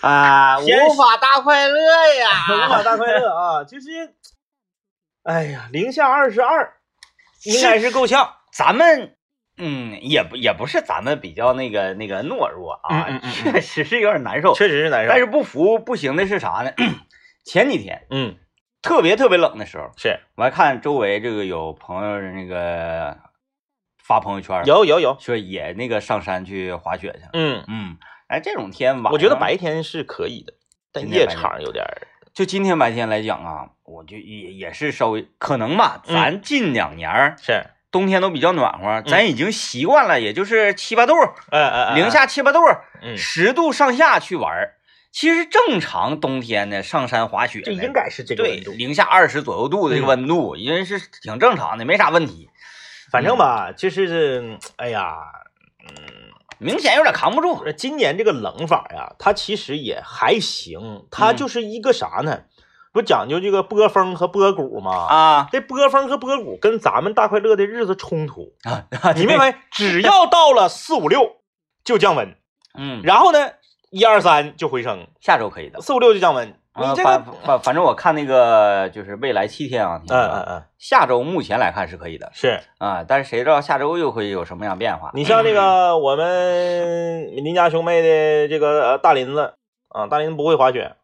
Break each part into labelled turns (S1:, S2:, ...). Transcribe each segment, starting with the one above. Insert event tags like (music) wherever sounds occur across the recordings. S1: 啊，
S2: 天
S1: 无法大快乐
S2: 无
S1: 呀！
S2: 法大快乐啊，就是，哎呀，零下二十二，
S1: 应该 (laughs) 是够呛。咱们，嗯，也不也不是咱们比较那个那个懦弱啊，
S2: 嗯嗯
S1: (laughs)
S2: 嗯
S1: 确实是有点难受。
S2: 确实是难受。
S1: 但是不服不行的是啥呢？ (clears throat) 前几天
S2: 嗯，
S1: 特别特别冷的时候，
S2: 是
S1: 我还看周围这个有朋友那个发朋友圈，
S2: 有有有，
S1: 说也那个上山去滑雪去了。
S2: 嗯，
S1: 嗯，哎，这种天晚上，
S2: 我觉得白天是可以的，但
S1: 今天
S2: 夜
S1: 白天
S2: 场有点儿，
S1: 就今天白天来讲啊，我就也也是稍微可能吧，
S2: 嗯
S1: 咱近两年儿、
S2: 是，哎
S1: 冬天都比较暖和，
S2: 嗯
S1: 咱已经习惯了，也就是七八度，
S2: 哎哎，
S1: 零下七八度，
S2: 嗯，
S1: 十、度上下去玩儿。其实正常冬天呢，上山滑雪
S2: 就
S1: 呢
S2: 应该是这个
S1: 对
S2: 温度。嗯
S1: 零下二十左右度的这个温度，因为是挺正常的，没啥问题。
S2: 反正吧，就是，哎呀，
S1: 明显有点扛不住，
S2: 今年这个冷法呀，它其实也还行，它
S1: 嗯
S2: 就是一个啥呢？不讲究这个波峰和波谷吗？
S1: 啊
S2: 这波峰和波谷跟咱们大快乐的日子冲突，
S1: 啊！
S2: 你没发现？只要到了四五六就降温，
S1: 嗯，
S2: 然后呢，一二三就回升，
S1: 下周可以的。
S2: 四五六就降温。你
S1: 啊，
S2: 这
S1: 反
S2: 个，
S1: 反反正我看那个就是未来七天啊，
S2: 嗯嗯嗯，
S1: 下周目前来看是可以的
S2: 是
S1: 啊，但是谁知道下周又会有什么样变化？
S2: 你像这个我们邻家兄妹的这个呃大林子啊，大林子不会滑雪，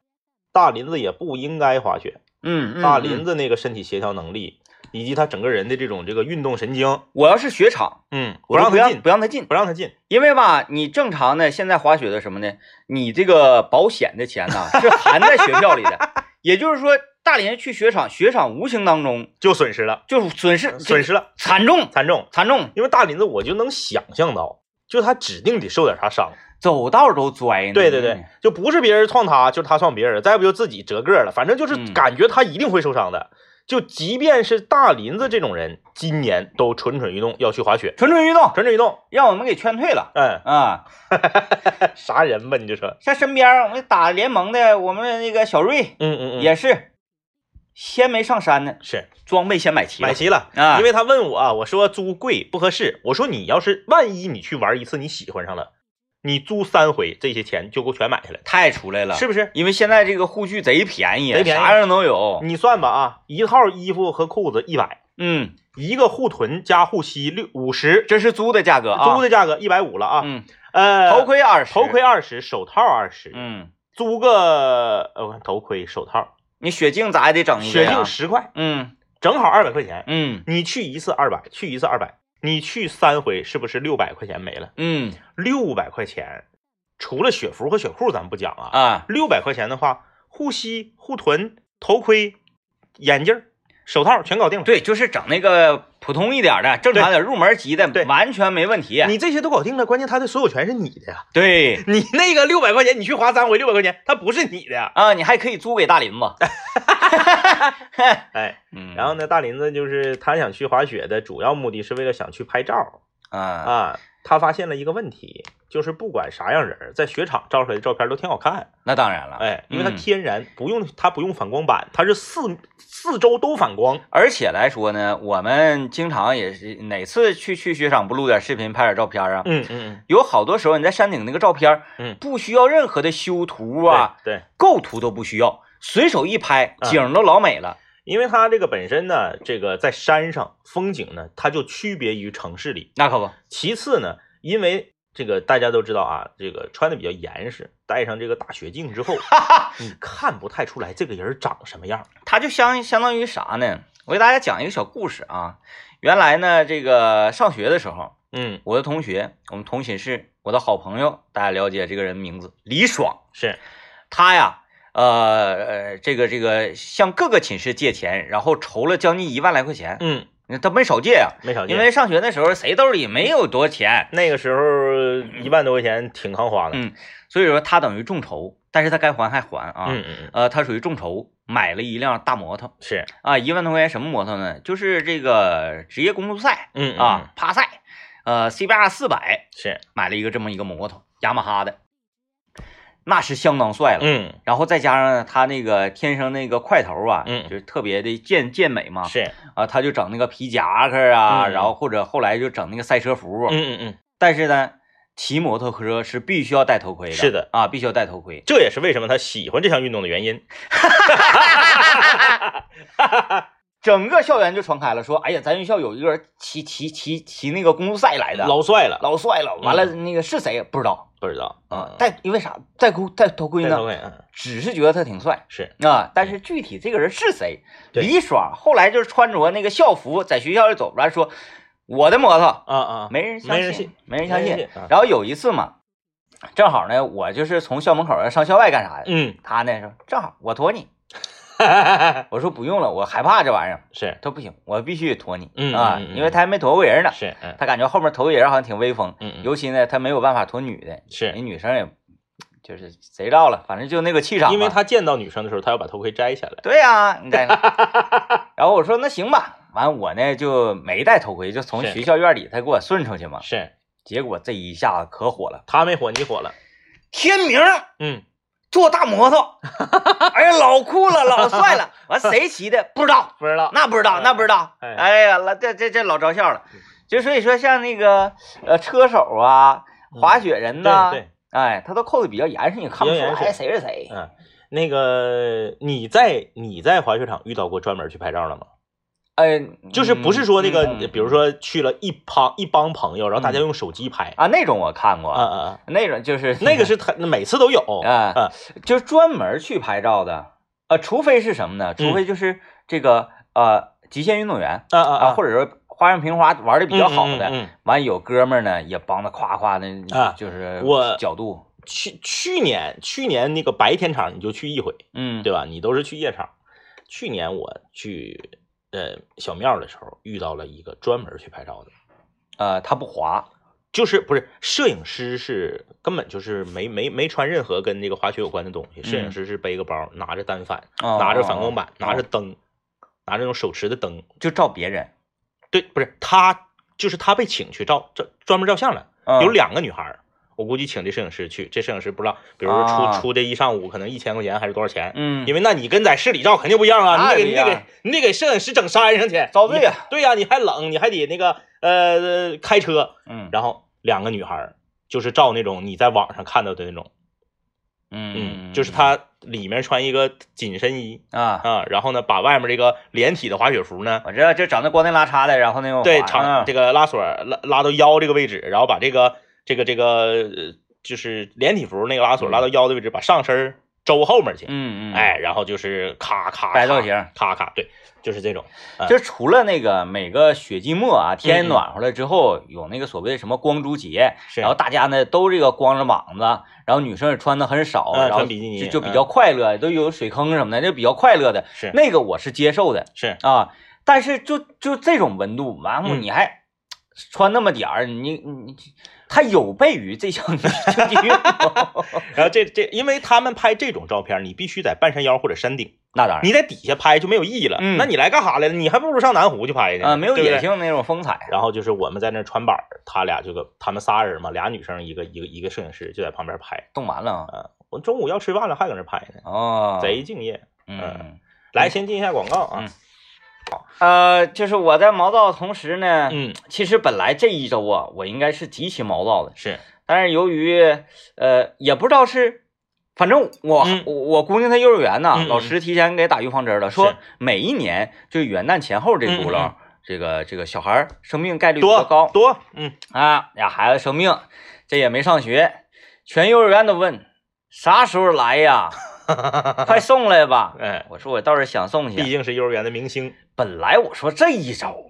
S2: 大林子也不应该滑雪。
S1: 嗯，嗯
S2: 大林
S1: 嗯
S2: 子那个身体协调能力，以及他整个人的这种这个运动神经，
S1: 我要是雪场，
S2: 嗯，不
S1: 我就
S2: 让
S1: 不
S2: 他
S1: 让
S2: 进，
S1: 不让他进，
S2: 不让他进，
S1: 因为吧，你正常的现在滑雪的什么呢？你这个保险的钱呐、是含在学票里的，
S2: (laughs)
S1: 也就是说，大连去雪场，雪场无形当中
S2: 就损失了，
S1: 就是损失
S2: 呃损失了
S1: 惨重
S2: 惨重。
S1: 惨重，
S2: 因为大林子，我就能想象到，就他指定得受点啥伤。
S1: 走道都拽呢。
S2: 对对对，就不是别人撞他，就是他撞别人，再不就自己折个儿了。反正就是
S1: 嗯
S2: 感觉他一定会受伤的。就即便是大林子这种人，今年都蠢蠢欲动要去滑雪，
S1: 蠢蠢欲动，
S2: 蠢蠢欲动。
S1: 让我们给劝退了
S2: 嗯，
S1: 啊！
S2: (laughs) 啥人吧？你就说，
S1: 像身边儿我们打联盟的，我们那个小瑞
S2: 嗯嗯嗯，
S1: 也是，先没上山呢，
S2: 是
S1: 装备先买齐了
S2: 买齐了
S1: 啊
S2: 因为他问我啊，我说租贵不合适，我说你要是万一你去玩一次你喜欢上了，你租三回，这些钱就够全买下来，
S1: 太出来了，
S2: 是不是？
S1: 因为现在这个护具贼便宜，
S2: 贼便宜
S1: 啥样都有。
S2: 你算吧啊，一套衣服和裤子一百，
S1: 嗯，
S2: 一个护臀加护膝六五十，
S1: 这是租的价格啊，
S2: 租的价格一百五了啊。
S1: 嗯，
S2: 呃，
S1: 头盔二十，
S2: 头盔，二十，手套二十、
S1: 嗯，
S2: 租个呃我看头盔手套，
S1: 你雪镜咋也得整一个
S2: 雪
S1: 呀
S2: 镜，十块，
S1: 嗯
S2: 正好二百块钱。
S1: 嗯
S2: 你去一次二百，去一次二百，你去三回是不是六百块钱没了？
S1: 嗯
S2: 六百块钱，除了雪服和雪裤咱不讲啊，
S1: 啊，
S2: 六百块钱的话，护膝、护臀、头盔、眼镜、手套全搞定了。
S1: 对，就是整那个普通一点的，正常点入门级的
S2: 对，
S1: 完全没问题。
S2: 你这些都搞定了，关键他的所有权是你的呀。
S1: 对
S2: 你那个六百块钱，你去花三回六百块钱，它不是你的呀。
S1: 啊，你还可以租给大林
S2: (laughs)
S1: 子。
S2: 哎，
S1: 嗯，
S2: 然后呢，大林子就是他想去滑雪的主要目的是为了想去拍照
S1: 啊，
S2: 啊。他发现了一个问题，就是不管啥样人儿，在雪场照出来的照片都挺好看。
S1: 那当然了，
S2: 哎，因为它
S1: 嗯
S2: 天然不用，它不用反光板，它是四四周都反光。
S1: 而且来说呢，我们经常也是哪次去去雪场不录点视频，拍点照片啊？
S2: 嗯嗯
S1: 有好多时候你在山顶那个照片，
S2: 嗯
S1: 不需要任何的修图
S2: 嗯，
S1: 啊，
S2: 对，对，
S1: 构图都不需要，随手一拍，
S2: 嗯
S1: 景儿都老美了。
S2: 因为它这个本身呢，这个在山上风景呢，它就区别于城市里。
S1: 那可不，
S2: 其次呢，因为这个大家都知道啊，这个穿的比较严实，戴上这个大雪镜之后，你看不太出来这个人长什么样。
S1: 它就相相当于啥呢？我给大家讲一个小故事啊。原来呢，这个上学的时候，
S2: 嗯，
S1: 我的同学，我们同寝室，我的好朋友，大家了解这个人名字李爽，
S2: 是，
S1: 他呀，呃呃，这个这个向各个寝室借钱，然后筹了将近一万来块钱，
S2: 嗯，
S1: 他没少借呀、
S2: 没少见。
S1: 因为上学那时候谁兜里没有多钱，
S2: 那个时候一万多块钱挺扛花的。
S1: 嗯所以说他等于众筹，但是他该还还还啊。
S2: 嗯嗯嗯，
S1: 呃，他属于众筹，买了一辆大摩托
S2: 是，
S1: 啊，一万多块钱什么摩托呢？就是这个职业公路赛
S2: 嗯
S1: 啊，，趴赛，呃，CBR 四百
S2: 嗯是，
S1: 买了一个这么一个摩托，雅马哈的，那是相当帅了。
S2: 嗯
S1: 然后再加上他那个天生那个块头啊，
S2: 嗯
S1: 就是特别的健健美嘛，
S2: 是，
S1: 啊，他就整那个皮夹克啊，
S2: 嗯
S1: 然后或者后来就整那个赛车服，
S2: 嗯嗯嗯。
S1: 但是呢，骑摩托车是必须要戴头盔的，
S2: 是的
S1: 啊，必须要戴头盔。
S2: 这也是为什么他喜欢这项运动的原因。
S1: 整个校园就传开了，说，哎呀，咱学校有一个人骑骑骑骑那个公路赛来的，
S2: 老嗯帅了，
S1: 老帅了。完了，那个是谁不知道
S2: 不知道
S1: 啊？
S2: 戴
S1: 戴因为啥戴头戴头盔
S2: 戴头
S1: 呢？
S2: 盔，嗯
S1: 只是觉得他挺帅
S2: 是
S1: 啊，但是具体这个人是谁，
S2: 对
S1: 李爽后来就是穿着那个校服在学校里走，完说我的摩托，
S2: 啊啊，
S1: 没人
S2: 没
S1: 相
S2: 人
S1: 信
S2: 信，
S1: 没人相
S2: 没人
S1: 信
S2: 信啊。
S1: 然后有一次嘛，正好呢，我就是从校门口要上校外干啥的，
S2: 嗯，
S1: 他呢说正好我驮你，我说不用了，我害怕这玩意儿。
S2: (laughs) 是
S1: 他说不行，我必须得驮你
S2: 嗯
S1: 啊，
S2: 嗯嗯嗯
S1: 因为他还没驮过人呢，
S2: 是，嗯
S1: 他感觉后面驮个人好像挺威风，
S2: 嗯，嗯
S1: 尤其呢他没有办法驮女的，
S2: 是
S1: 那女生也就是谁知道了，反正就那个气场嘛，
S2: 因为他见到女生的时候，他要把头盔摘下来。
S1: 对呀、你看，
S2: (laughs)
S1: 然后我说那行吧，完我呢就没戴头盔，就从
S2: 是
S1: 学校院里他给我顺出去嘛，
S2: 是
S1: 结果这一下子可火了，
S2: 他没火，你火了。
S1: 天明
S2: 嗯，
S1: 坐大
S2: (laughs)
S1: 摩托，哎呀老酷了，老帅了，完谁骑的不知道。
S2: 不知道。
S1: 那不知道，
S2: 嗯
S1: 那不知道。
S2: 哎
S1: 哎呀，老这这这老招笑了。就所以说，像那个呃车手啊、
S2: 嗯
S1: 滑雪人呐、
S2: 对对，
S1: 哎，他都扣的比较严实，你看不
S2: 比
S1: 出
S2: 较严
S1: 来哎
S2: 实
S1: 谁是谁。
S2: 嗯，那个你在你在滑雪场遇到过专门去拍照的吗？
S1: 哎，
S2: 就是不是说那个，
S1: 嗯嗯
S2: 比如说去了一帮一帮朋友，然后大家用手机拍。
S1: 啊，那种我看过，
S2: 啊啊啊！
S1: 那种就是
S2: 那个是他每次都有。
S1: (laughs) 啊，
S2: 啊
S1: 就是专门去拍照的。呃，除非是什么呢？
S2: 嗯
S1: 除非就是这个、呃极限运动员
S2: 啊啊
S1: 啊，或者说花样平滑玩的比较好的，
S2: 嗯嗯嗯嗯
S1: 完有哥们儿呢也帮他夸夸的，
S2: 啊
S1: 就是
S2: 我
S1: 角度，
S2: 去去年去年那个白天场你就去一回，
S1: 嗯，
S2: 对吧？你都是去夜场。去年我去呃小庙的时候遇到了一个专门去拍照的，
S1: 呃，他不滑，
S2: 就是不是摄影师是根本就是没没没穿任何跟这个滑雪有关的东西，摄影师是背个包，拿着单反，
S1: 嗯哦
S2: 拿着反光板，拿着
S1: 哦
S2: 灯，拿着那种手持的灯。
S1: 就照别人，
S2: 对，不是他就是他被请去照照专门照相了。
S1: 嗯
S2: 有两个女孩儿，我估计请这摄影师去，这摄影师不知道，比如说出、
S1: 啊
S2: 出这一上午可能一千块钱还是多少钱，
S1: 嗯，
S2: 因为那你跟在市里照肯定不一样啊，
S1: 那
S2: 你
S1: 不
S2: 得给
S1: 一
S2: 你
S1: 样
S2: 得给你得给摄影师整山上去，
S1: 遭罪啊
S2: 你对呀、你还冷，你还得那个呃开车，
S1: 嗯
S2: 然后两个女孩儿就是照那种你在网上看到的那种，
S1: 嗯
S2: 就是她里面穿一个紧身衣
S1: 啊，
S2: 啊，然后呢把外面这个连体的滑雪服呢。
S1: 我知道就长得光腚拉碴的，然后那种
S2: 对，
S1: 滑
S2: 长
S1: 嗯
S2: 这个拉锁儿拉拉到腰这个位置，然后把这个这个这个呃就是连体服那个拉
S1: 嗯
S2: 锁拉到腰的位置，把上身儿周后面去，
S1: 嗯嗯，
S2: 哎，，然后就是咔咔
S1: 摆
S2: 咔
S1: 造型，
S2: 咔咔，对，就是这种，
S1: 嗯就是除了那个每个雪季末啊，天暖和了之后，有那个所谓的什么光珠节，
S2: 是
S1: 然后大家呢都这个光着膀子，然后女生也穿的很少，
S2: 嗯
S1: 然后
S2: 穿比基尼
S1: 就就比较快乐，都有水坑什么的，就比较快乐的，
S2: 是
S1: 那个我是接受的
S2: 是
S1: 啊，但是就就这种温度，完后
S2: 嗯
S1: 你还穿那么点儿，你你它有悖于这项竞技运动，
S2: (laughs) 然后这这，因为他们拍这种照片，你必须在半山腰或者山顶，
S1: 那当然。
S2: 你在底下拍就没有意义了。
S1: 嗯
S2: 那你来干啥来了？你还不如上南湖去拍去
S1: 啊，没有
S2: 对不
S1: 野
S2: 对
S1: 性那种风采。
S2: 然后就是我们在那儿穿板儿，他俩就个他们仨人嘛，俩女生一个一个一个摄影师就在旁边拍。
S1: 冻完了啊
S2: 我中午要吃饭了，还搁那儿拍呢，
S1: 哦，
S2: 贼敬业。
S1: 嗯
S2: 嗯来，先进一下广告啊。
S1: 嗯呃，就是我在毛躁的同时呢，
S2: 嗯，
S1: 其实本来这一周啊，我应该是极其毛躁的，
S2: 是，
S1: 但是由于呃，也不知道是，反正我、
S2: 嗯
S1: 我我姑娘她幼儿园呐，
S2: 嗯嗯
S1: 老师提前给打预防针了，说
S2: 是
S1: 每一年就是元旦前后这轱辘。
S2: 嗯嗯
S1: 这个这个小孩儿生病概率比较
S2: 多
S1: 高
S2: 多，嗯，
S1: 啊，俩孩子生病，这也没上学，全幼儿园都问啥时候来
S2: (laughs)
S1: 呀，快送来吧。
S2: 哎，
S1: 我说我倒是想送
S2: 毕
S1: 去。
S2: 竟是幼儿园的明星，
S1: 本来我说这一
S2: (laughs)
S1: 周，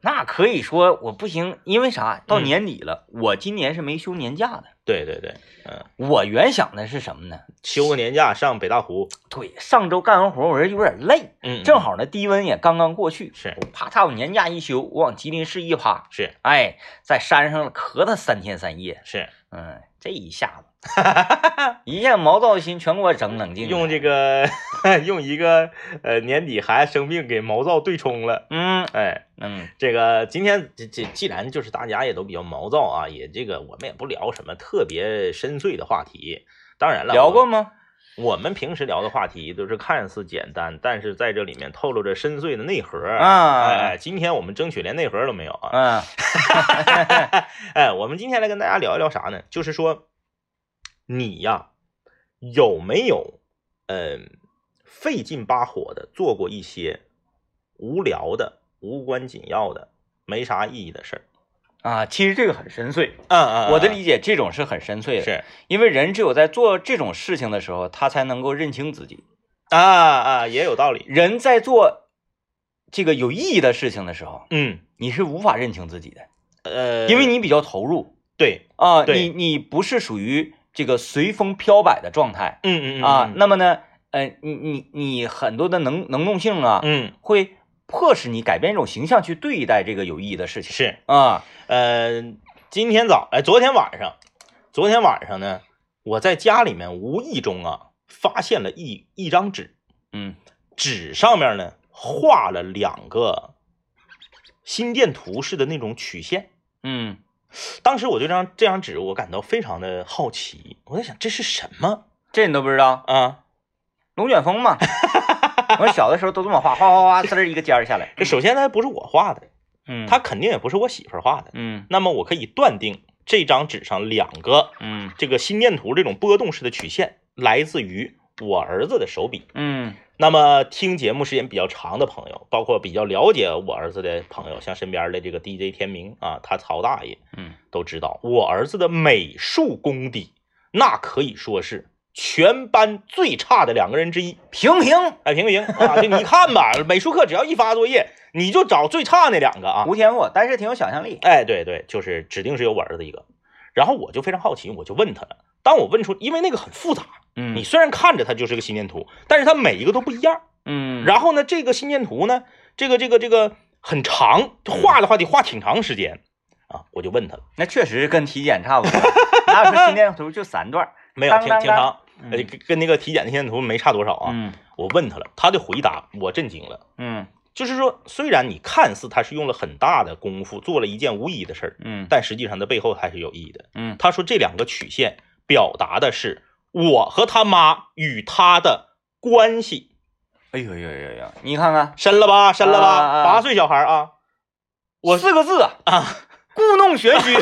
S1: 那可以说我不行，因为啥？到
S2: 嗯
S1: 年底了，我今年是没休年假的。
S2: 对对对，嗯，
S1: 我原想的是什么呢？
S2: 休个年假上北大湖，
S1: 对，上周干完活我这有点累，
S2: 嗯，
S1: 正
S2: 好
S1: 好呢低温也刚刚过去，
S2: 是
S1: 我啪嚓，我年假一休，我往吉林市一趴，
S2: 是
S1: 哎，在山上咳嗽三天三夜，
S2: 是，
S1: 嗯，这一下
S2: (laughs)
S1: 子，一下毛躁的心全给我整冷静了。
S2: 用这个 (laughs) 用一个呃年底孩子生病给毛躁对冲了。
S1: 嗯
S2: 哎，
S1: 嗯
S2: 这个今天这这既然就是大家也都比较毛躁啊，也这个我们也不聊什么特别深邃的话题，当然了，
S1: 聊
S2: 我
S1: 过吗？
S2: 我们平时聊的话题都是看似简单，但是在这里面透露着深邃的内核
S1: 啊
S2: 哎，今天我们争取连内核都没有啊！
S1: 嗯
S2: 哎，我们今天来跟大家聊一聊啥呢？就是说，你呀，有没有嗯、费劲巴火的做过一些无聊的、无关紧要的、没啥意义的事儿？
S1: 啊，其实这个很深邃，
S2: 嗯嗯
S1: 我的理解，这种是很深邃的，
S2: 是
S1: 因为人只有在做这种事情的时候，他才能够认清自己。
S2: 啊啊，也有道理。
S1: 人在做这个有意义的事情的时候，
S2: 嗯，
S1: 你是无法认清自己的，
S2: 呃，
S1: 因为你比较投入
S2: 对，
S1: 啊，
S2: 对
S1: 你你不是属于这个随风飘摆的状态
S2: 嗯嗯嗯
S1: 啊。
S2: 嗯
S1: 那么呢，呃，你你你很多的能能动性啊，
S2: 嗯
S1: 会迫使你改变一种形象去对待这个有意义的事情
S2: 是。
S1: 啊。
S2: 呃，今天早，哎、昨天晚上，昨天晚上呢，我在家里面无意中啊，发现了一一张纸，
S1: 嗯，
S2: 纸上面呢画了两个心电图似的那种曲线。
S1: 嗯
S2: 当时我对这张这张纸，我感到非常的好奇，我在想这是什么，
S1: 这你都不知道，
S2: 啊？
S1: 龙卷风
S2: (laughs)
S1: 嘛。我小的时候都这么画，哗哗哗，呲儿一个尖儿
S2: (laughs)
S1: 下来。
S2: 这首先它不是我画的，
S1: 嗯，
S2: 它肯定也不是我媳妇儿画的。
S1: 嗯
S2: 那么我可以断定这张纸上两个
S1: 嗯
S2: 这个心电图这种波动式的曲线来自于我儿子的手笔。
S1: 嗯
S2: 那么听节目时间比较长的朋友，包括比较了解我儿子的朋友，像身边的这个 DJ 天明啊，他曹大爷
S1: 嗯
S2: 都知道，我儿子的美术功底那可以说是全班最差的两个人之一。
S1: 平平
S2: 哎，评不评啊？就你看吧，美术课只要一发作业，你就找最差那两个啊。
S1: 无天赋，但是挺有想象力。
S2: 哎，对对，就是指定是有我儿子一个。然后我就非常好奇，我就问他了。当我问出，因为那个很复杂，
S1: 嗯
S2: 你虽然看着它就是个心电图，但是它每一个都不一样。
S1: 嗯，
S2: 然后呢，这个心电图呢，这个这个这个很长，画的话得画挺长时间啊。我就问他了，
S1: 那确实跟体检差不多。哪有说心电图就三
S2: (laughs)
S1: 段儿？
S2: 没有，
S1: 当
S2: 挺
S1: 当
S2: 挺长，
S1: 嗯
S2: 呃，跟跟那个体检的心电图没差多少啊。
S1: 嗯
S2: 我问他了，他的回答我震惊了，
S1: 嗯
S2: 就是说，虽然你看似他是用了很大的功夫做了一件无意义的事儿，
S1: 嗯
S2: 但实际上它背后还是有意义的。
S1: 嗯
S2: 他说这两个曲线表达的是我和他妈与他的关系，
S1: 哎呦呦呦呦，你看看，
S2: 深了吧，深了
S1: 啊啊
S2: 吧，
S1: 啊
S2: 八岁小孩儿啊，
S1: 我四个字啊，
S2: 啊
S1: 故弄玄虚。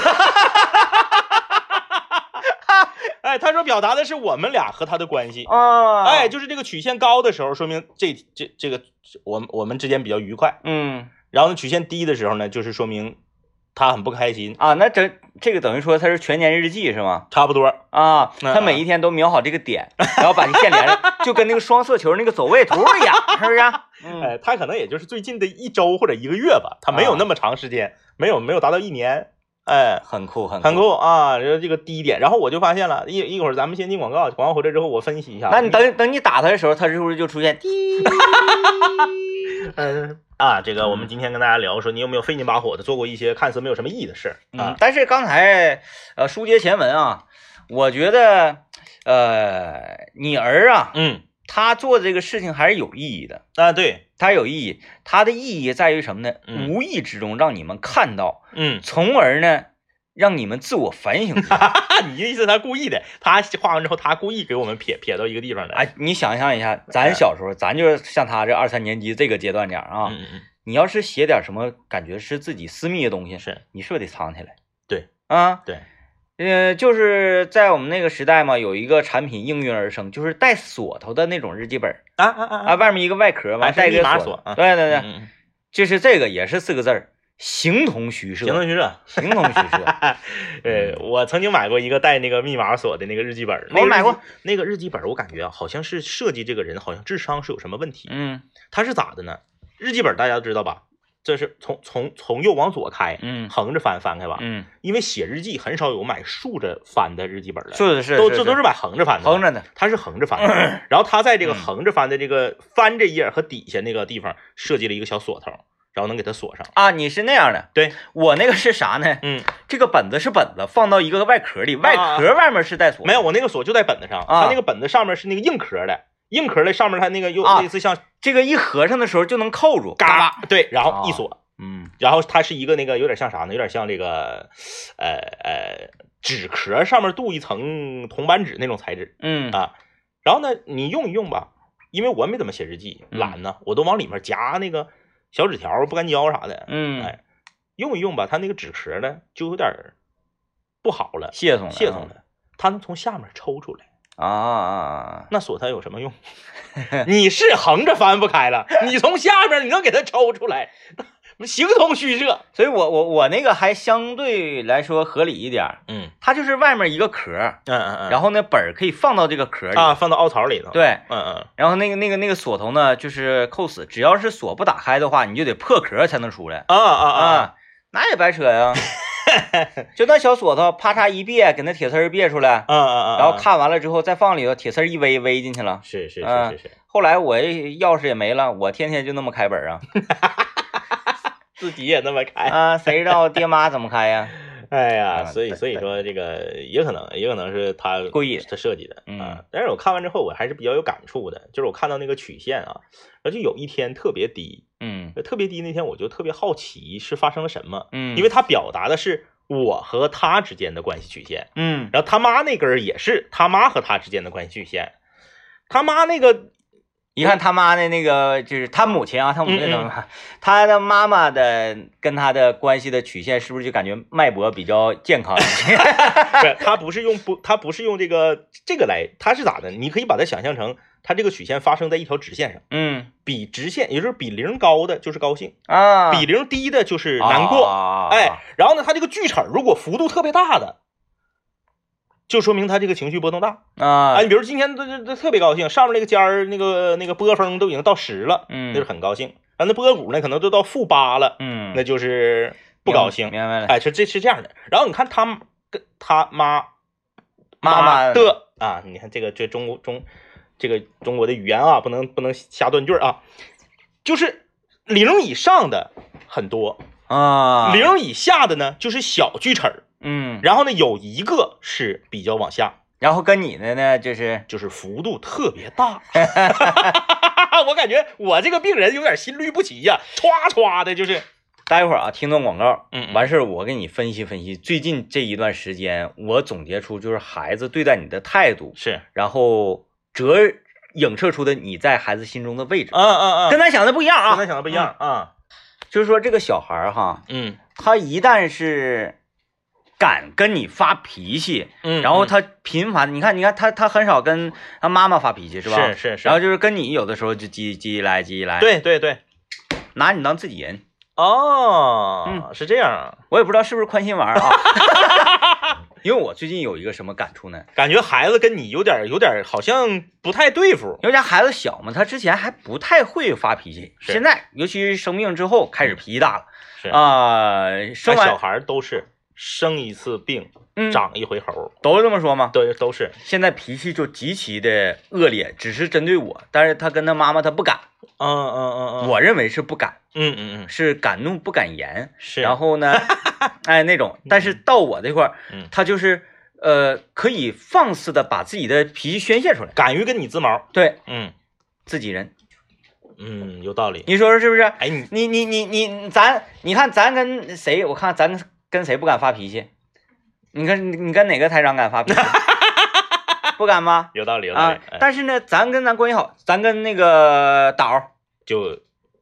S2: 哎，他说表达的是我们俩和他的关系。
S1: 啊，
S2: 哎，，就是这个曲线高的时候，说明这这这个我们我们之间比较愉快；
S1: 嗯
S2: 然后呢，曲线低的时候呢，就是说明他很不开心。
S1: 啊，那这这个等于说它是全年日记是吗？
S2: 差不多，
S1: 啊，
S2: 嗯
S1: 他每一天都描好这个点，然后把这线连上，就跟那个双色球那个走位图一样，是不是？
S2: (laughs)
S1: 嗯
S2: 哎，他可能也就是最近的一周或者一个月吧，他没有
S1: 啊
S2: 那么长时间，没有没有达到一年，哎，
S1: 很酷，很
S2: 很。酷啊，这这个低点。然后我就发现了，一一会儿咱们先进广告，广告回来之后我分析一下。
S1: 那你等等你打他的时候，他是不是就出现滴？
S2: 嗯啊，这个我们今天跟大家聊说，你有没有费劲巴火的做过一些看似没有什么意义的事儿
S1: 嗯
S2: 啊？，
S1: 但是刚才呃，书接前文啊，我觉得呃，你儿啊，
S2: 嗯
S1: 他做这个事情还是有意义的，
S2: 啊，对，
S1: 他有意义，他的意义在于什么呢？
S2: 嗯
S1: 无意之中让你们看到，
S2: 嗯，
S1: 从而呢让你们自我反省一
S2: (laughs)
S1: 下。
S2: 啊，你意思他故意的，他画完之后他故意给我们撇撇到一个地方来。
S1: 哎，你想象一下，咱小时候，咱就是像他这二三年级这个阶段点儿啊，
S2: 嗯嗯嗯，
S1: 你要是写点什么感觉是自己私密的东西，
S2: 是
S1: 你是不是得藏起来？
S2: 对
S1: 啊，
S2: 对，
S1: 呃，就是在我们那个时代嘛，有一个产品应运而生，就是带锁头的那种日记本儿
S2: 啊啊啊
S1: 啊，外面一个外壳，完
S2: 还是
S1: 带一个
S2: 密码
S1: 锁
S2: 锁啊
S1: 头。对对
S2: 对
S1: 对，就是这个也是四个字儿，形同虚
S2: 行
S1: 设，
S2: 动学社，
S1: 形同虚设。
S2: (laughs) 呃，我曾经买过一个带那个密码锁的那个日记本儿，
S1: 我买过
S2: 那个日记那个日记本儿，我感觉啊好像是设计这个人好像智商是有什么问题，
S1: 嗯
S2: 他是咋的呢？日记本儿大家都知道吧？这是从从从右往左开，
S1: 嗯
S2: 横着翻翻开吧，
S1: 嗯，
S2: 因为写日记很少有买竖着翻的日记本儿的，
S1: 是是
S2: 都
S1: 是
S2: 这都是买横着翻的，
S1: 横着呢。
S2: 它是横着翻的，
S1: (clears throat)
S2: 然后它在这个
S1: 嗯
S2: 横着翻的这个翻这页和底下那个地方设计了一个小锁头，然后能给它锁上。
S1: 啊，你是那样的，
S2: 对，
S1: 我那个是啥呢？
S2: 嗯，
S1: 这个本子是本子，放到一个外壳里，外壳外面是带锁，
S2: 啊没有，我那个锁就在本子上，
S1: 啊
S2: 它那个本子上面是那个硬壳的，硬壳的上面它那个又
S1: 啊
S2: 类似像
S1: 这个一合上的时候就能扣住，
S2: 嘎巴，对，然后一
S1: 啊
S2: 锁，
S1: 嗯
S2: 然后它是一个那个有点像啥呢？有点像这个，呃呃，纸壳上面镀一层铜板纸那种材质
S1: 嗯
S2: 啊。然后呢，你用一用吧，因为我没怎么写日记，
S1: 嗯
S2: 懒呢，我都往里面夹那个小纸条、不干胶啥的，
S1: 嗯，
S2: 哎，用一用吧，它那个纸壳呢就有点儿不好了，
S1: 谢总，
S2: 泄松了，啊它能从下面抽出来，
S1: 啊啊啊！
S2: 那锁它有
S1: (laughs)
S2: 什么用？你是横着翻不开了，你从下面你能给它抽出来， (laughs) 形同虚设。
S1: 所以我我我那个还相对来说合理一点儿，
S2: 嗯
S1: 它就是外面一个壳儿，
S2: 嗯嗯嗯，
S1: 然后呢本儿可以放到这个壳里，
S2: 啊，放到凹槽里头。，
S1: 对，
S2: 嗯嗯，
S1: 然后那个那个那个锁头呢就是扣死，只要是锁不打开的话，你就得破壳才能出来
S2: 啊啊啊，
S1: 啊，那也白扯
S2: (laughs)
S1: 呀，就那小锁头啪嚓一别，给那铁丝儿别出来，
S2: 嗯嗯嗯，
S1: 然后看完了之后再放里头，铁丝儿一微微进去了。
S2: 是是
S1: 啊
S2: 是是是，
S1: 后来我钥匙也没了，我天天就那么开本
S2: (laughs)
S1: 儿啊
S2: 自己也那么开。
S1: 啊，谁知道爹妈怎么开呀？
S2: 哎
S1: 啊
S2: 呀，所以
S1: 对
S2: 所以
S1: 对
S2: 说这个也可能也可能是他
S1: 故意的
S2: 他设计的
S1: 嗯
S2: 啊。但是我看完之后我还是比较有感触的，就是我看到那个曲线啊，然后就有一天特别低，
S1: 嗯
S2: 特别低那天我就特别好奇是发生了什么，
S1: 嗯，
S2: 因为他表达的是我和他之间的关系曲线，
S1: 嗯
S2: 然后他妈那根儿也是他妈和他之间的关系曲线，他妈那个
S1: 一看他妈的那个，就是他母亲啊，他母亲
S2: 嗯嗯
S1: 什么，他的妈妈的跟他的关系的曲线，是不是就感觉脉搏比较健康一些？ (laughs)
S2: 不是，他不是用不，他不是用这个这个来，他是咋的？你可以把它想象成，它这个曲线发生在一条直线上，
S1: 嗯
S2: 比直线，也就是比零高的就是高兴，
S1: 啊，
S2: 比零低的就是难过。
S1: 啊、
S2: 哎，然后呢，它这个锯齿儿如果幅度特别大的，就说明他这个情绪波动大
S1: 啊
S2: 啊。，你比如今天都都都特别高兴，上面那个尖儿那个那个波峰都已经到十了，那就是
S1: 嗯
S2: 很高兴。啊然后那波谷呢，可能都到负八了，
S1: 嗯，
S2: 那就是不高兴。
S1: 明白了，
S2: 哎，是这是这样的。然后你看他跟他妈
S1: 妈妈
S2: 妈的啊，你看这个这中国中这个中国的语言啊，不能不能瞎断句儿啊，就是零以上的很多，
S1: 啊，，
S2: 零以下的呢就是小锯齿儿，
S1: 嗯，
S2: 然后呢有一个是比较往下，
S1: 然后跟你的呢，就是
S2: 就是幅度特别大。我感觉我这个病人有点心律不齐呀、歘歘的，就是
S1: 待会儿啊，听段广告，
S2: 嗯嗯
S1: 完事儿我给你分析分析，最近这一段时间，我总结出就是孩子对待你的态度，
S2: 是，
S1: 然后折影射出的你在孩子心中的位置，
S2: 嗯嗯嗯，
S1: 跟咱想的不一样
S2: 跟
S1: 啊。
S2: 咱想的不一样啊，
S1: 就是说这个小孩儿哈，
S2: 嗯
S1: 他一旦是敢跟你发脾气，
S2: 嗯
S1: 然后他频繁，你看，你看他他很少跟他妈妈发脾气是吧？
S2: 是是是
S1: 然后就是跟你有的时候就叽叽来叽来，，
S2: 对对对，
S1: 拿你当自己人，
S2: 哦，
S1: 嗯
S2: 是这样啊，
S1: 我也不知道是不是宽心玩儿啊。
S2: (laughs)
S1: (laughs) 因为我最近有一个什么感触呢？
S2: 感觉孩子跟你有点有点好像不太对付，
S1: 因为家孩子小嘛，他之前还不太会发脾气，
S2: 是嗯
S1: 现在尤其是生病之后开始脾气大了
S2: 是
S1: 啊、生
S2: 哎小
S1: 完
S2: 孩儿都是生一次病
S1: 嗯
S2: 长一回猴，
S1: 都是这么说吗？
S2: 对，都是
S1: 现在脾气就极其的恶劣，只是针对我，但是他跟他妈妈他不敢，
S2: 嗯嗯嗯嗯，
S1: 我认为是不敢，
S2: 嗯嗯嗯
S1: 是敢怒不敢言。
S2: 是，
S1: 然后
S2: (laughs)
S1: 呢，哎那种，但是到我这块儿
S2: 嗯，
S1: 他就是呃可以放肆的把自己的脾气宣泄出来，
S2: 敢于跟你自毛，
S1: 对
S2: 嗯
S1: 自己人，
S2: 嗯，有道理，
S1: 你说说是不是？
S2: 哎你
S1: 你你你你咱你看咱跟谁？我看咱跟谁不敢发脾气？你看你你跟哪个台长敢发脾
S2: (laughs)
S1: 气？不敢吗？
S2: 有道理有道
S1: 啊
S2: 理，哎，
S1: 但是呢，咱跟咱关系好，咱跟那个导儿
S2: 就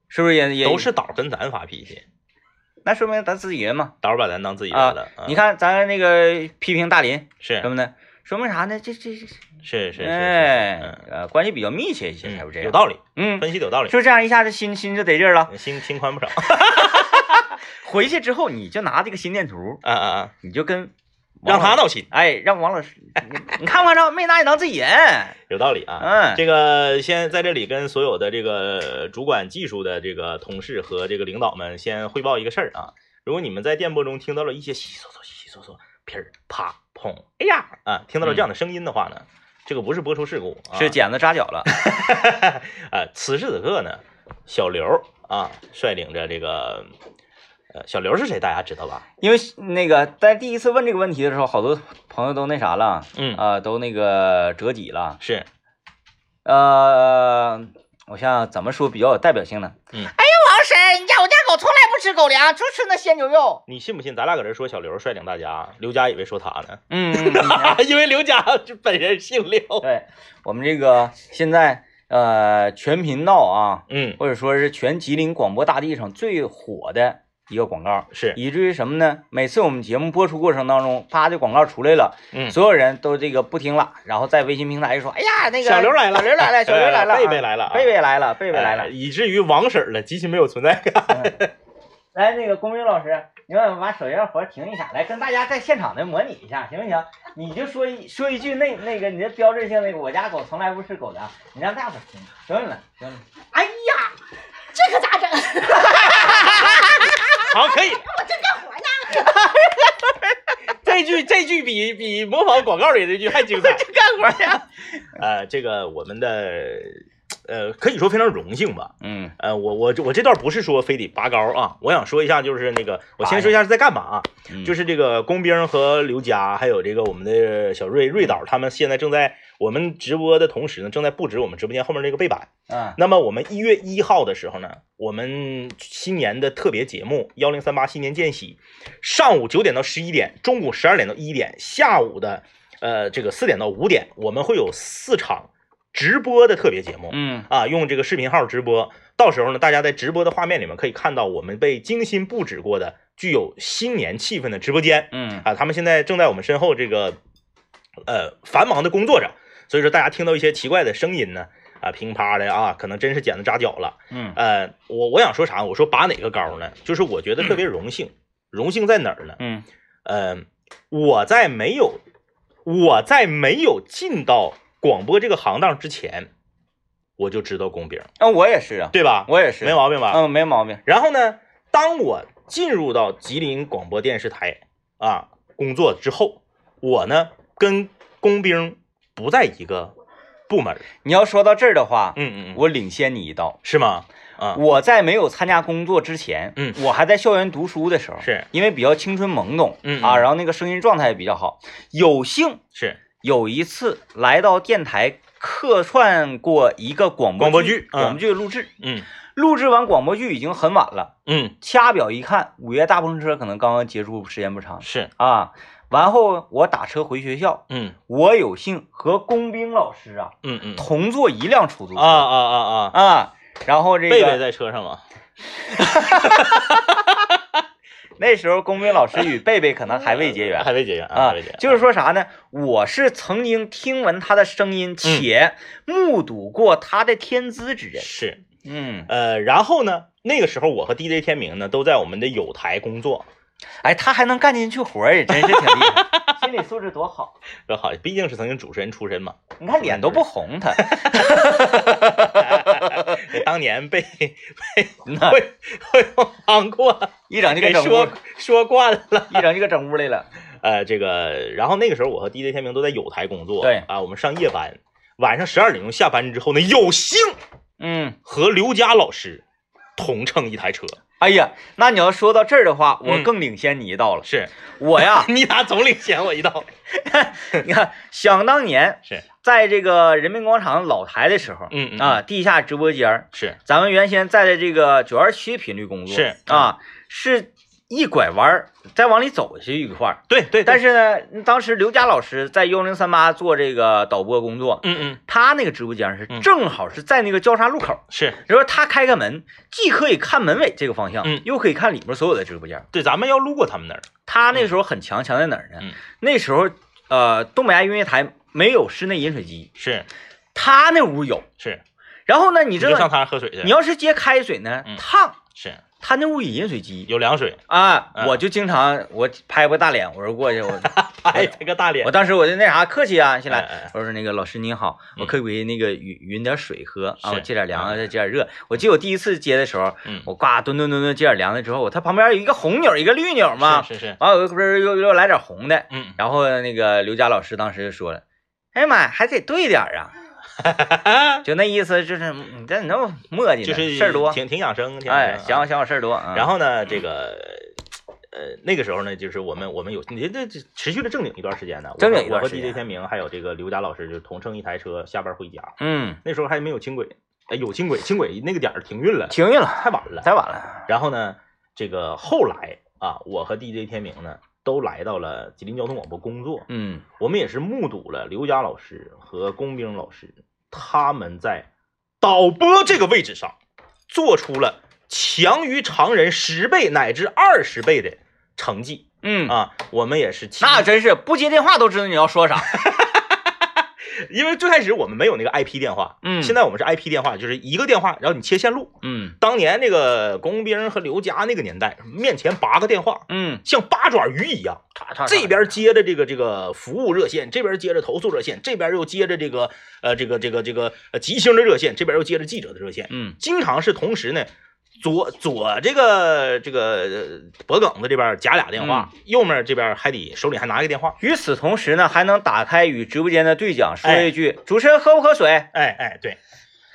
S2: 是
S1: 不是也也
S2: 都是？导跟咱发脾
S1: 啊
S2: 气，
S1: 那说明咱自己人嘛。
S2: 导把咱当自己
S1: 啊
S2: 人了，嗯
S1: 你看咱那个批评大林
S2: 是
S1: 什么的，说明啥呢？这这这，
S2: 是是是，
S1: 哎
S2: 是嗯，
S1: 呃，关系比较密切一些，才会
S2: 嗯
S1: 这
S2: 有
S1: 样。
S2: 道理，
S1: 嗯，
S2: 分析的有道理，
S1: 就这样一下子心心就得劲儿了。
S2: 心心宽
S1: (laughs)
S2: 不少，
S1: 回去之后，你就拿这个心电图，
S2: 啊啊啊，
S1: 你就跟
S2: 让他
S1: 呢，
S2: 闹心，
S1: 哎，让王老师，你你看不看着没拿你当自己人？
S2: 有道理啊，
S1: 嗯，
S2: 这个先在这里跟所有的这个主管技术的这个同事和这个领导们先汇报一个事儿啊，如果你们在电波中听到了一些窸窣窣、窸窣窣、噼儿啪砰，哎呀啊，听到了这样的声音的话呢，这个不是播出事故，啊、 (laughs)
S1: 是剪子扎脚了。 (laughs)
S2: 啊，此时此刻呢，小刘啊率领着这个呃，小刘是谁？大家知道吧？
S1: 因为那个在第一次问这个问题的时候，好多朋友都那啥了，
S2: 嗯，
S1: 啊、都那个折戟了。
S2: 是
S1: 呃，我想想怎么说比较有代表性呢？
S2: 嗯
S1: 哎呀，王婶，你让我家狗
S3: 我从来不吃狗粮，就吃那鲜牛肉。
S2: 你信不信？咱俩搁这说小刘率领大家，刘佳以为说他呢，
S1: 嗯，嗯嗯
S2: (laughs) 因为刘佳就本人姓刘。
S1: (laughs) 对我们这个现在呃全频道啊，
S2: 嗯，
S1: 或者说是全吉林广播大地上最火的一个广告，
S2: 是，
S1: 以至于什么呢？每次我们节目播出过程当中，啪，这广告出来了，
S2: 嗯，
S1: 所有人都这个不听了，然后在微信平台一说，哎呀，那个
S2: 小刘来了
S1: 小刘来
S2: (laughs)
S1: 了，小刘来了，
S2: 贝贝来了啊，
S1: 贝贝来了，贝
S2: 贝
S1: 贝来了。嗯
S2: 以至于王婶儿了，极其没有存在感。 (laughs)
S1: (laughs) 来，那个公英老师，你把把手摇活停一下，来跟大家在现场的模拟一下，行不行？你就说一说一句那那个你的标志性那个，我家狗从来不吃狗粮，你让大伙听，兄弟们，兄弟们，
S3: 哎呀，这可咋整？
S2: 好，可以了。
S3: (laughs) 我正干活呢。
S2: (laughs) 这句这句比比模仿广告里这句还精彩。
S1: 干活呀。
S2: (laughs) 呃，这个我们的呃可以说非常荣幸吧。
S1: (laughs) 嗯，
S2: 呃，我我这我这段不是说非得拔高啊，我想说一下，就是那个我
S1: 拔呀
S2: 先说一下是在干嘛啊，
S1: 嗯
S2: 就是是这个工兵和刘佳，还有这个我们的小瑞瑞导，他们现在正在我们直播的同时呢，正在布置我们直播间后面这个背板。 (laughs)
S1: 嗯
S2: 那么我们一月一号的时候呢，我们新年的特别节目幺零三八新年见喜，上午九点到十一点，中午十二点到一点，下午的呃这个四点到五点，我们会有四场直播的特别节目。
S1: 嗯
S2: 啊，用这个视频号直播，到时候呢，大家在直播的画面里面可以看到我们被精心布置过的具有新年气氛的直播间
S1: 嗯，
S2: 啊，他们现在正在我们身后这个呃繁忙的工作着，所以说大家听到一些奇怪的声音呢，啊，乒啪的啊，可能真是剪子扎脚了。
S1: 嗯
S2: 呃，我我想说啥？我说拔哪个高呢？就是我觉得特别荣幸，荣幸在哪儿呢？
S1: 嗯
S2: 呃，我在没有我在没有进到广播这个行当之前，我就知道工兵。
S1: 那我也是啊，
S2: 对吧？
S1: 我也是，
S2: 没毛病吧？
S1: 嗯，没毛病，
S2: 然后呢，当我进入到吉林广播电视台啊工作之后，我呢跟工兵不在一个部门儿，
S1: 你要说到这儿的话，
S2: 嗯嗯，
S1: 我领先你一道。
S2: 是吗？啊，
S1: 我在没有参加工作之前，
S2: 嗯
S1: 我还在校园读书的时候，
S2: 是
S1: 因为比较青春懵懂，
S2: 嗯
S1: 啊，
S2: 嗯
S1: 然后那个声音状态也比较好，有幸
S2: 是
S1: 有一次来到电台客串过一个广播
S2: 广播剧嗯
S1: 广播剧录制，
S2: 嗯
S1: 录制完广播剧已经很晚了，
S2: 嗯
S1: 掐表一看，午夜大篷车可能刚刚结束，时间不长
S2: 是
S1: 啊。完后我打车回学校，
S2: 嗯
S1: 我有幸和工兵老师啊
S2: 嗯嗯
S1: 同坐一辆出租车
S2: 啊啊啊啊！
S1: (laughs) 啊然后这个
S2: 贝贝在车上吗？
S1: 那时候工兵老师与贝贝可能还未结缘
S2: (laughs) 还未结缘
S1: 啊
S2: 还未结缘，。
S1: 就是说啥呢？我是曾经听闻他的声
S2: 嗯
S1: 音，且目睹过他的天资之人。
S2: 是
S1: 嗯，
S2: 呃，然后呢，那个时候我和 DJ 天明呢都在我们的有台工作，
S1: 哎，他还能干进去活儿，也真是挺厉
S2: (laughs)
S1: 害，心理素质多好。
S2: 这好，毕竟是曾经主持人出身嘛。
S1: 你看脸都不红，他
S2: 当年被 (laughs)
S1: 那
S2: 会会帮过，
S1: 一整就给
S2: 给
S1: 整屋
S2: 说，说惯了。
S1: 一整就给整屋来了。
S2: (laughs) 呃，这个，然后那个时候我和 DJ 天明都在有台工作，
S1: 对
S2: 啊，我们上夜班，晚上十二点钟下班之后呢，有幸
S1: 嗯，
S2: 和刘佳老师同乘一台车，
S1: 哎呀，那你要说到这儿的话，我
S2: 嗯
S1: 更领先你一道了。
S2: (laughs) 是
S1: 我呀，
S2: 你俩总领先我一道，
S1: 你看，想当年
S2: (laughs) 是，
S1: 在这个人民广场老台的时候，
S2: 嗯嗯
S1: 啊，地下直播间儿，
S2: 是
S1: 咱们原先在的这个九二七频率工作，
S2: 是嗯
S1: 啊，是一拐弯儿再往里走是一块儿。
S2: 对对，
S1: 但
S2: 是
S1: 是呢，当时刘佳老师在幺零三八做这个导播工作，
S2: 嗯嗯
S1: 他那个直播间是
S2: 嗯
S1: 正好是在那个交叉路口，
S2: 是
S1: 你说他开开门，既可以看门尾这个方向，
S2: 嗯
S1: 又可以看里面所有的直播间。
S2: 对，咱们要路过他们那儿，
S1: 他那时候很强，强在哪儿呢？
S2: 嗯
S1: 那时候呃，东北亚音乐台没有室内饮水机，
S2: 是
S1: 他那屋有。
S2: 是，
S1: 然后呢，你
S2: 你
S1: 知
S2: 就上
S1: 道，
S2: 他那儿喝水去，
S1: 你要是接开水呢，
S2: 嗯
S1: 烫，
S2: 是
S1: 他那屋有饮水机。
S2: 有凉水，
S1: 啊，
S2: 嗯
S1: 我就经常我拍过大脸，我说过去，
S2: (laughs)
S1: 我
S2: 哎，拍个大脸
S1: 我，当时我就那啥客气啊，进
S2: 哎哎
S1: 来
S2: 哎，
S1: 我说那个老师您好，
S2: 嗯
S1: 我可不可以那个匀匀点水喝啊？
S2: 是
S1: 我借点凉
S2: 哎
S1: 啊，
S2: 哎
S1: 再借点热。我记得我第一次接的时候，
S2: 嗯，
S1: 我呱蹲蹲蹲蹲接点凉的之后，它旁边有一个红钮，一个绿钮嘛，
S2: 是是是，
S1: 完我不是又又来点红的，
S2: 嗯，
S1: 然后那个刘佳老师当时就说了，哎呀妈呀，还得对点儿啊，啊
S2: (laughs)
S1: 就那意思就是你这你那么磨叽呢，
S2: 就是
S1: 事儿多，
S2: 挺挺养生，挺养
S1: 哎，
S2: 生
S1: 想
S2: 啊
S1: 我想我事儿多，嗯
S2: 然后呢，这个呃那个时候呢，就是我们我们有你这这持续了正经一段时间呢，我
S1: 正经
S2: 和
S1: 一
S2: 我
S1: 段
S2: 和
S1: 时间
S2: DJ 天明还有这个刘佳老师就同乘一台车下班回家，
S1: 嗯，
S2: 那时候还没有轻轨，哎有轻轨，轻轨那个点儿停运了，
S1: 停运了，
S2: 太晚了。
S1: 太晚了，
S2: 然后呢，这个后来啊，我和 DJ 天明呢都来到了吉林交通广播工作，
S1: 嗯
S2: 我们也是目睹了刘佳老师和龚兵老师他们在导播这个位置上做出了强于常人十倍乃至二十倍的成绩
S1: 嗯，
S2: 啊！我们也是期
S1: 那真是不接电话都知道你要说啥。
S2: 因为最开始我们没有那个 IP 电话，
S1: 嗯
S2: 现在我们是 IP 电话，就是一个电话，然后你切线路。
S1: 嗯
S2: 当年那个工兵和刘佳那个年代，面前八个电话，
S1: 嗯，
S2: 像八爪鱼一样，这边接着这个这个服务热线，这边接着投诉热线，这边又接着这个呃这个这个这个呃吉星的热线，这边又接着记者的热线，
S1: 嗯
S2: 经常是同时呢。左左这个这个呃脖梗子这边夹俩电话，右面这边还得手里还拿一个电话，
S1: 与此同时呢，还能打开与直播间的对讲，说一句：“主持人喝不喝水
S2: 哎哎，对，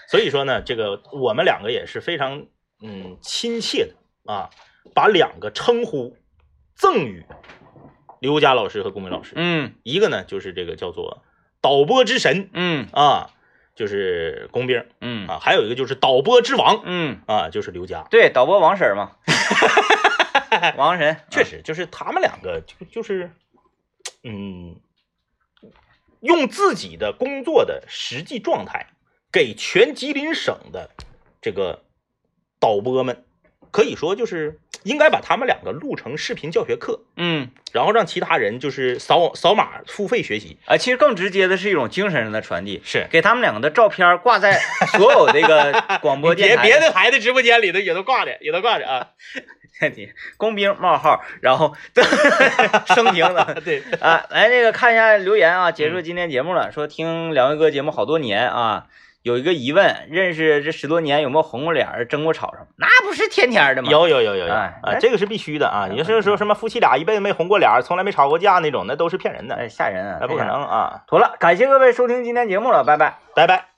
S2: 所以说呢，这个我们两个也是非常嗯亲切的啊，把两个称呼赠予刘佳老师和龚明老？”师。
S1: 嗯
S2: 一个呢就是这个叫做导播之神
S1: 嗯
S2: 啊，就是龚兵
S1: 嗯
S2: 啊，还有一个就是导播之王
S1: 嗯，
S2: 啊，就是刘佳。
S1: 对，导播王婶儿 (laughs) 嘛，王神
S2: 确实，就是他们两个就就是嗯，用自己的工作的实际状态，给全吉林省的这个导播们，可以说就是应该把他们两个录成视频教学课，
S1: 嗯
S2: 然后让其他人就是扫扫码付费学习。
S1: 啊，其实更直接的是一种精神上的传递，
S2: 是，
S1: 给他们两个的照片挂在所有这个广播
S2: 别
S1: 电台
S2: 别的台的直播间里头也都挂着，也都挂着啊。
S1: 你工兵冒号，然后 (laughs) 生平的。
S2: (laughs) 对，
S1: 啊，来这个看一下留言啊，结
S2: 嗯
S1: 束今天节目了。说听两位哥节目好多年啊，有一个疑问，认识这十多年有没有红过脸儿、争过吵什么？那不是天天的吗？
S2: 有有有有有
S1: 哎
S2: 啊，这个是必须的啊。你是说什么夫妻俩一辈子没红过脸儿，从来没吵过架那种，那都是骗人的，
S1: 哎，吓人啊！
S2: 那不可
S1: 太吓人了。
S2: 能啊。
S1: 妥了，感谢各位收听今天节目了，拜拜。
S2: 拜拜。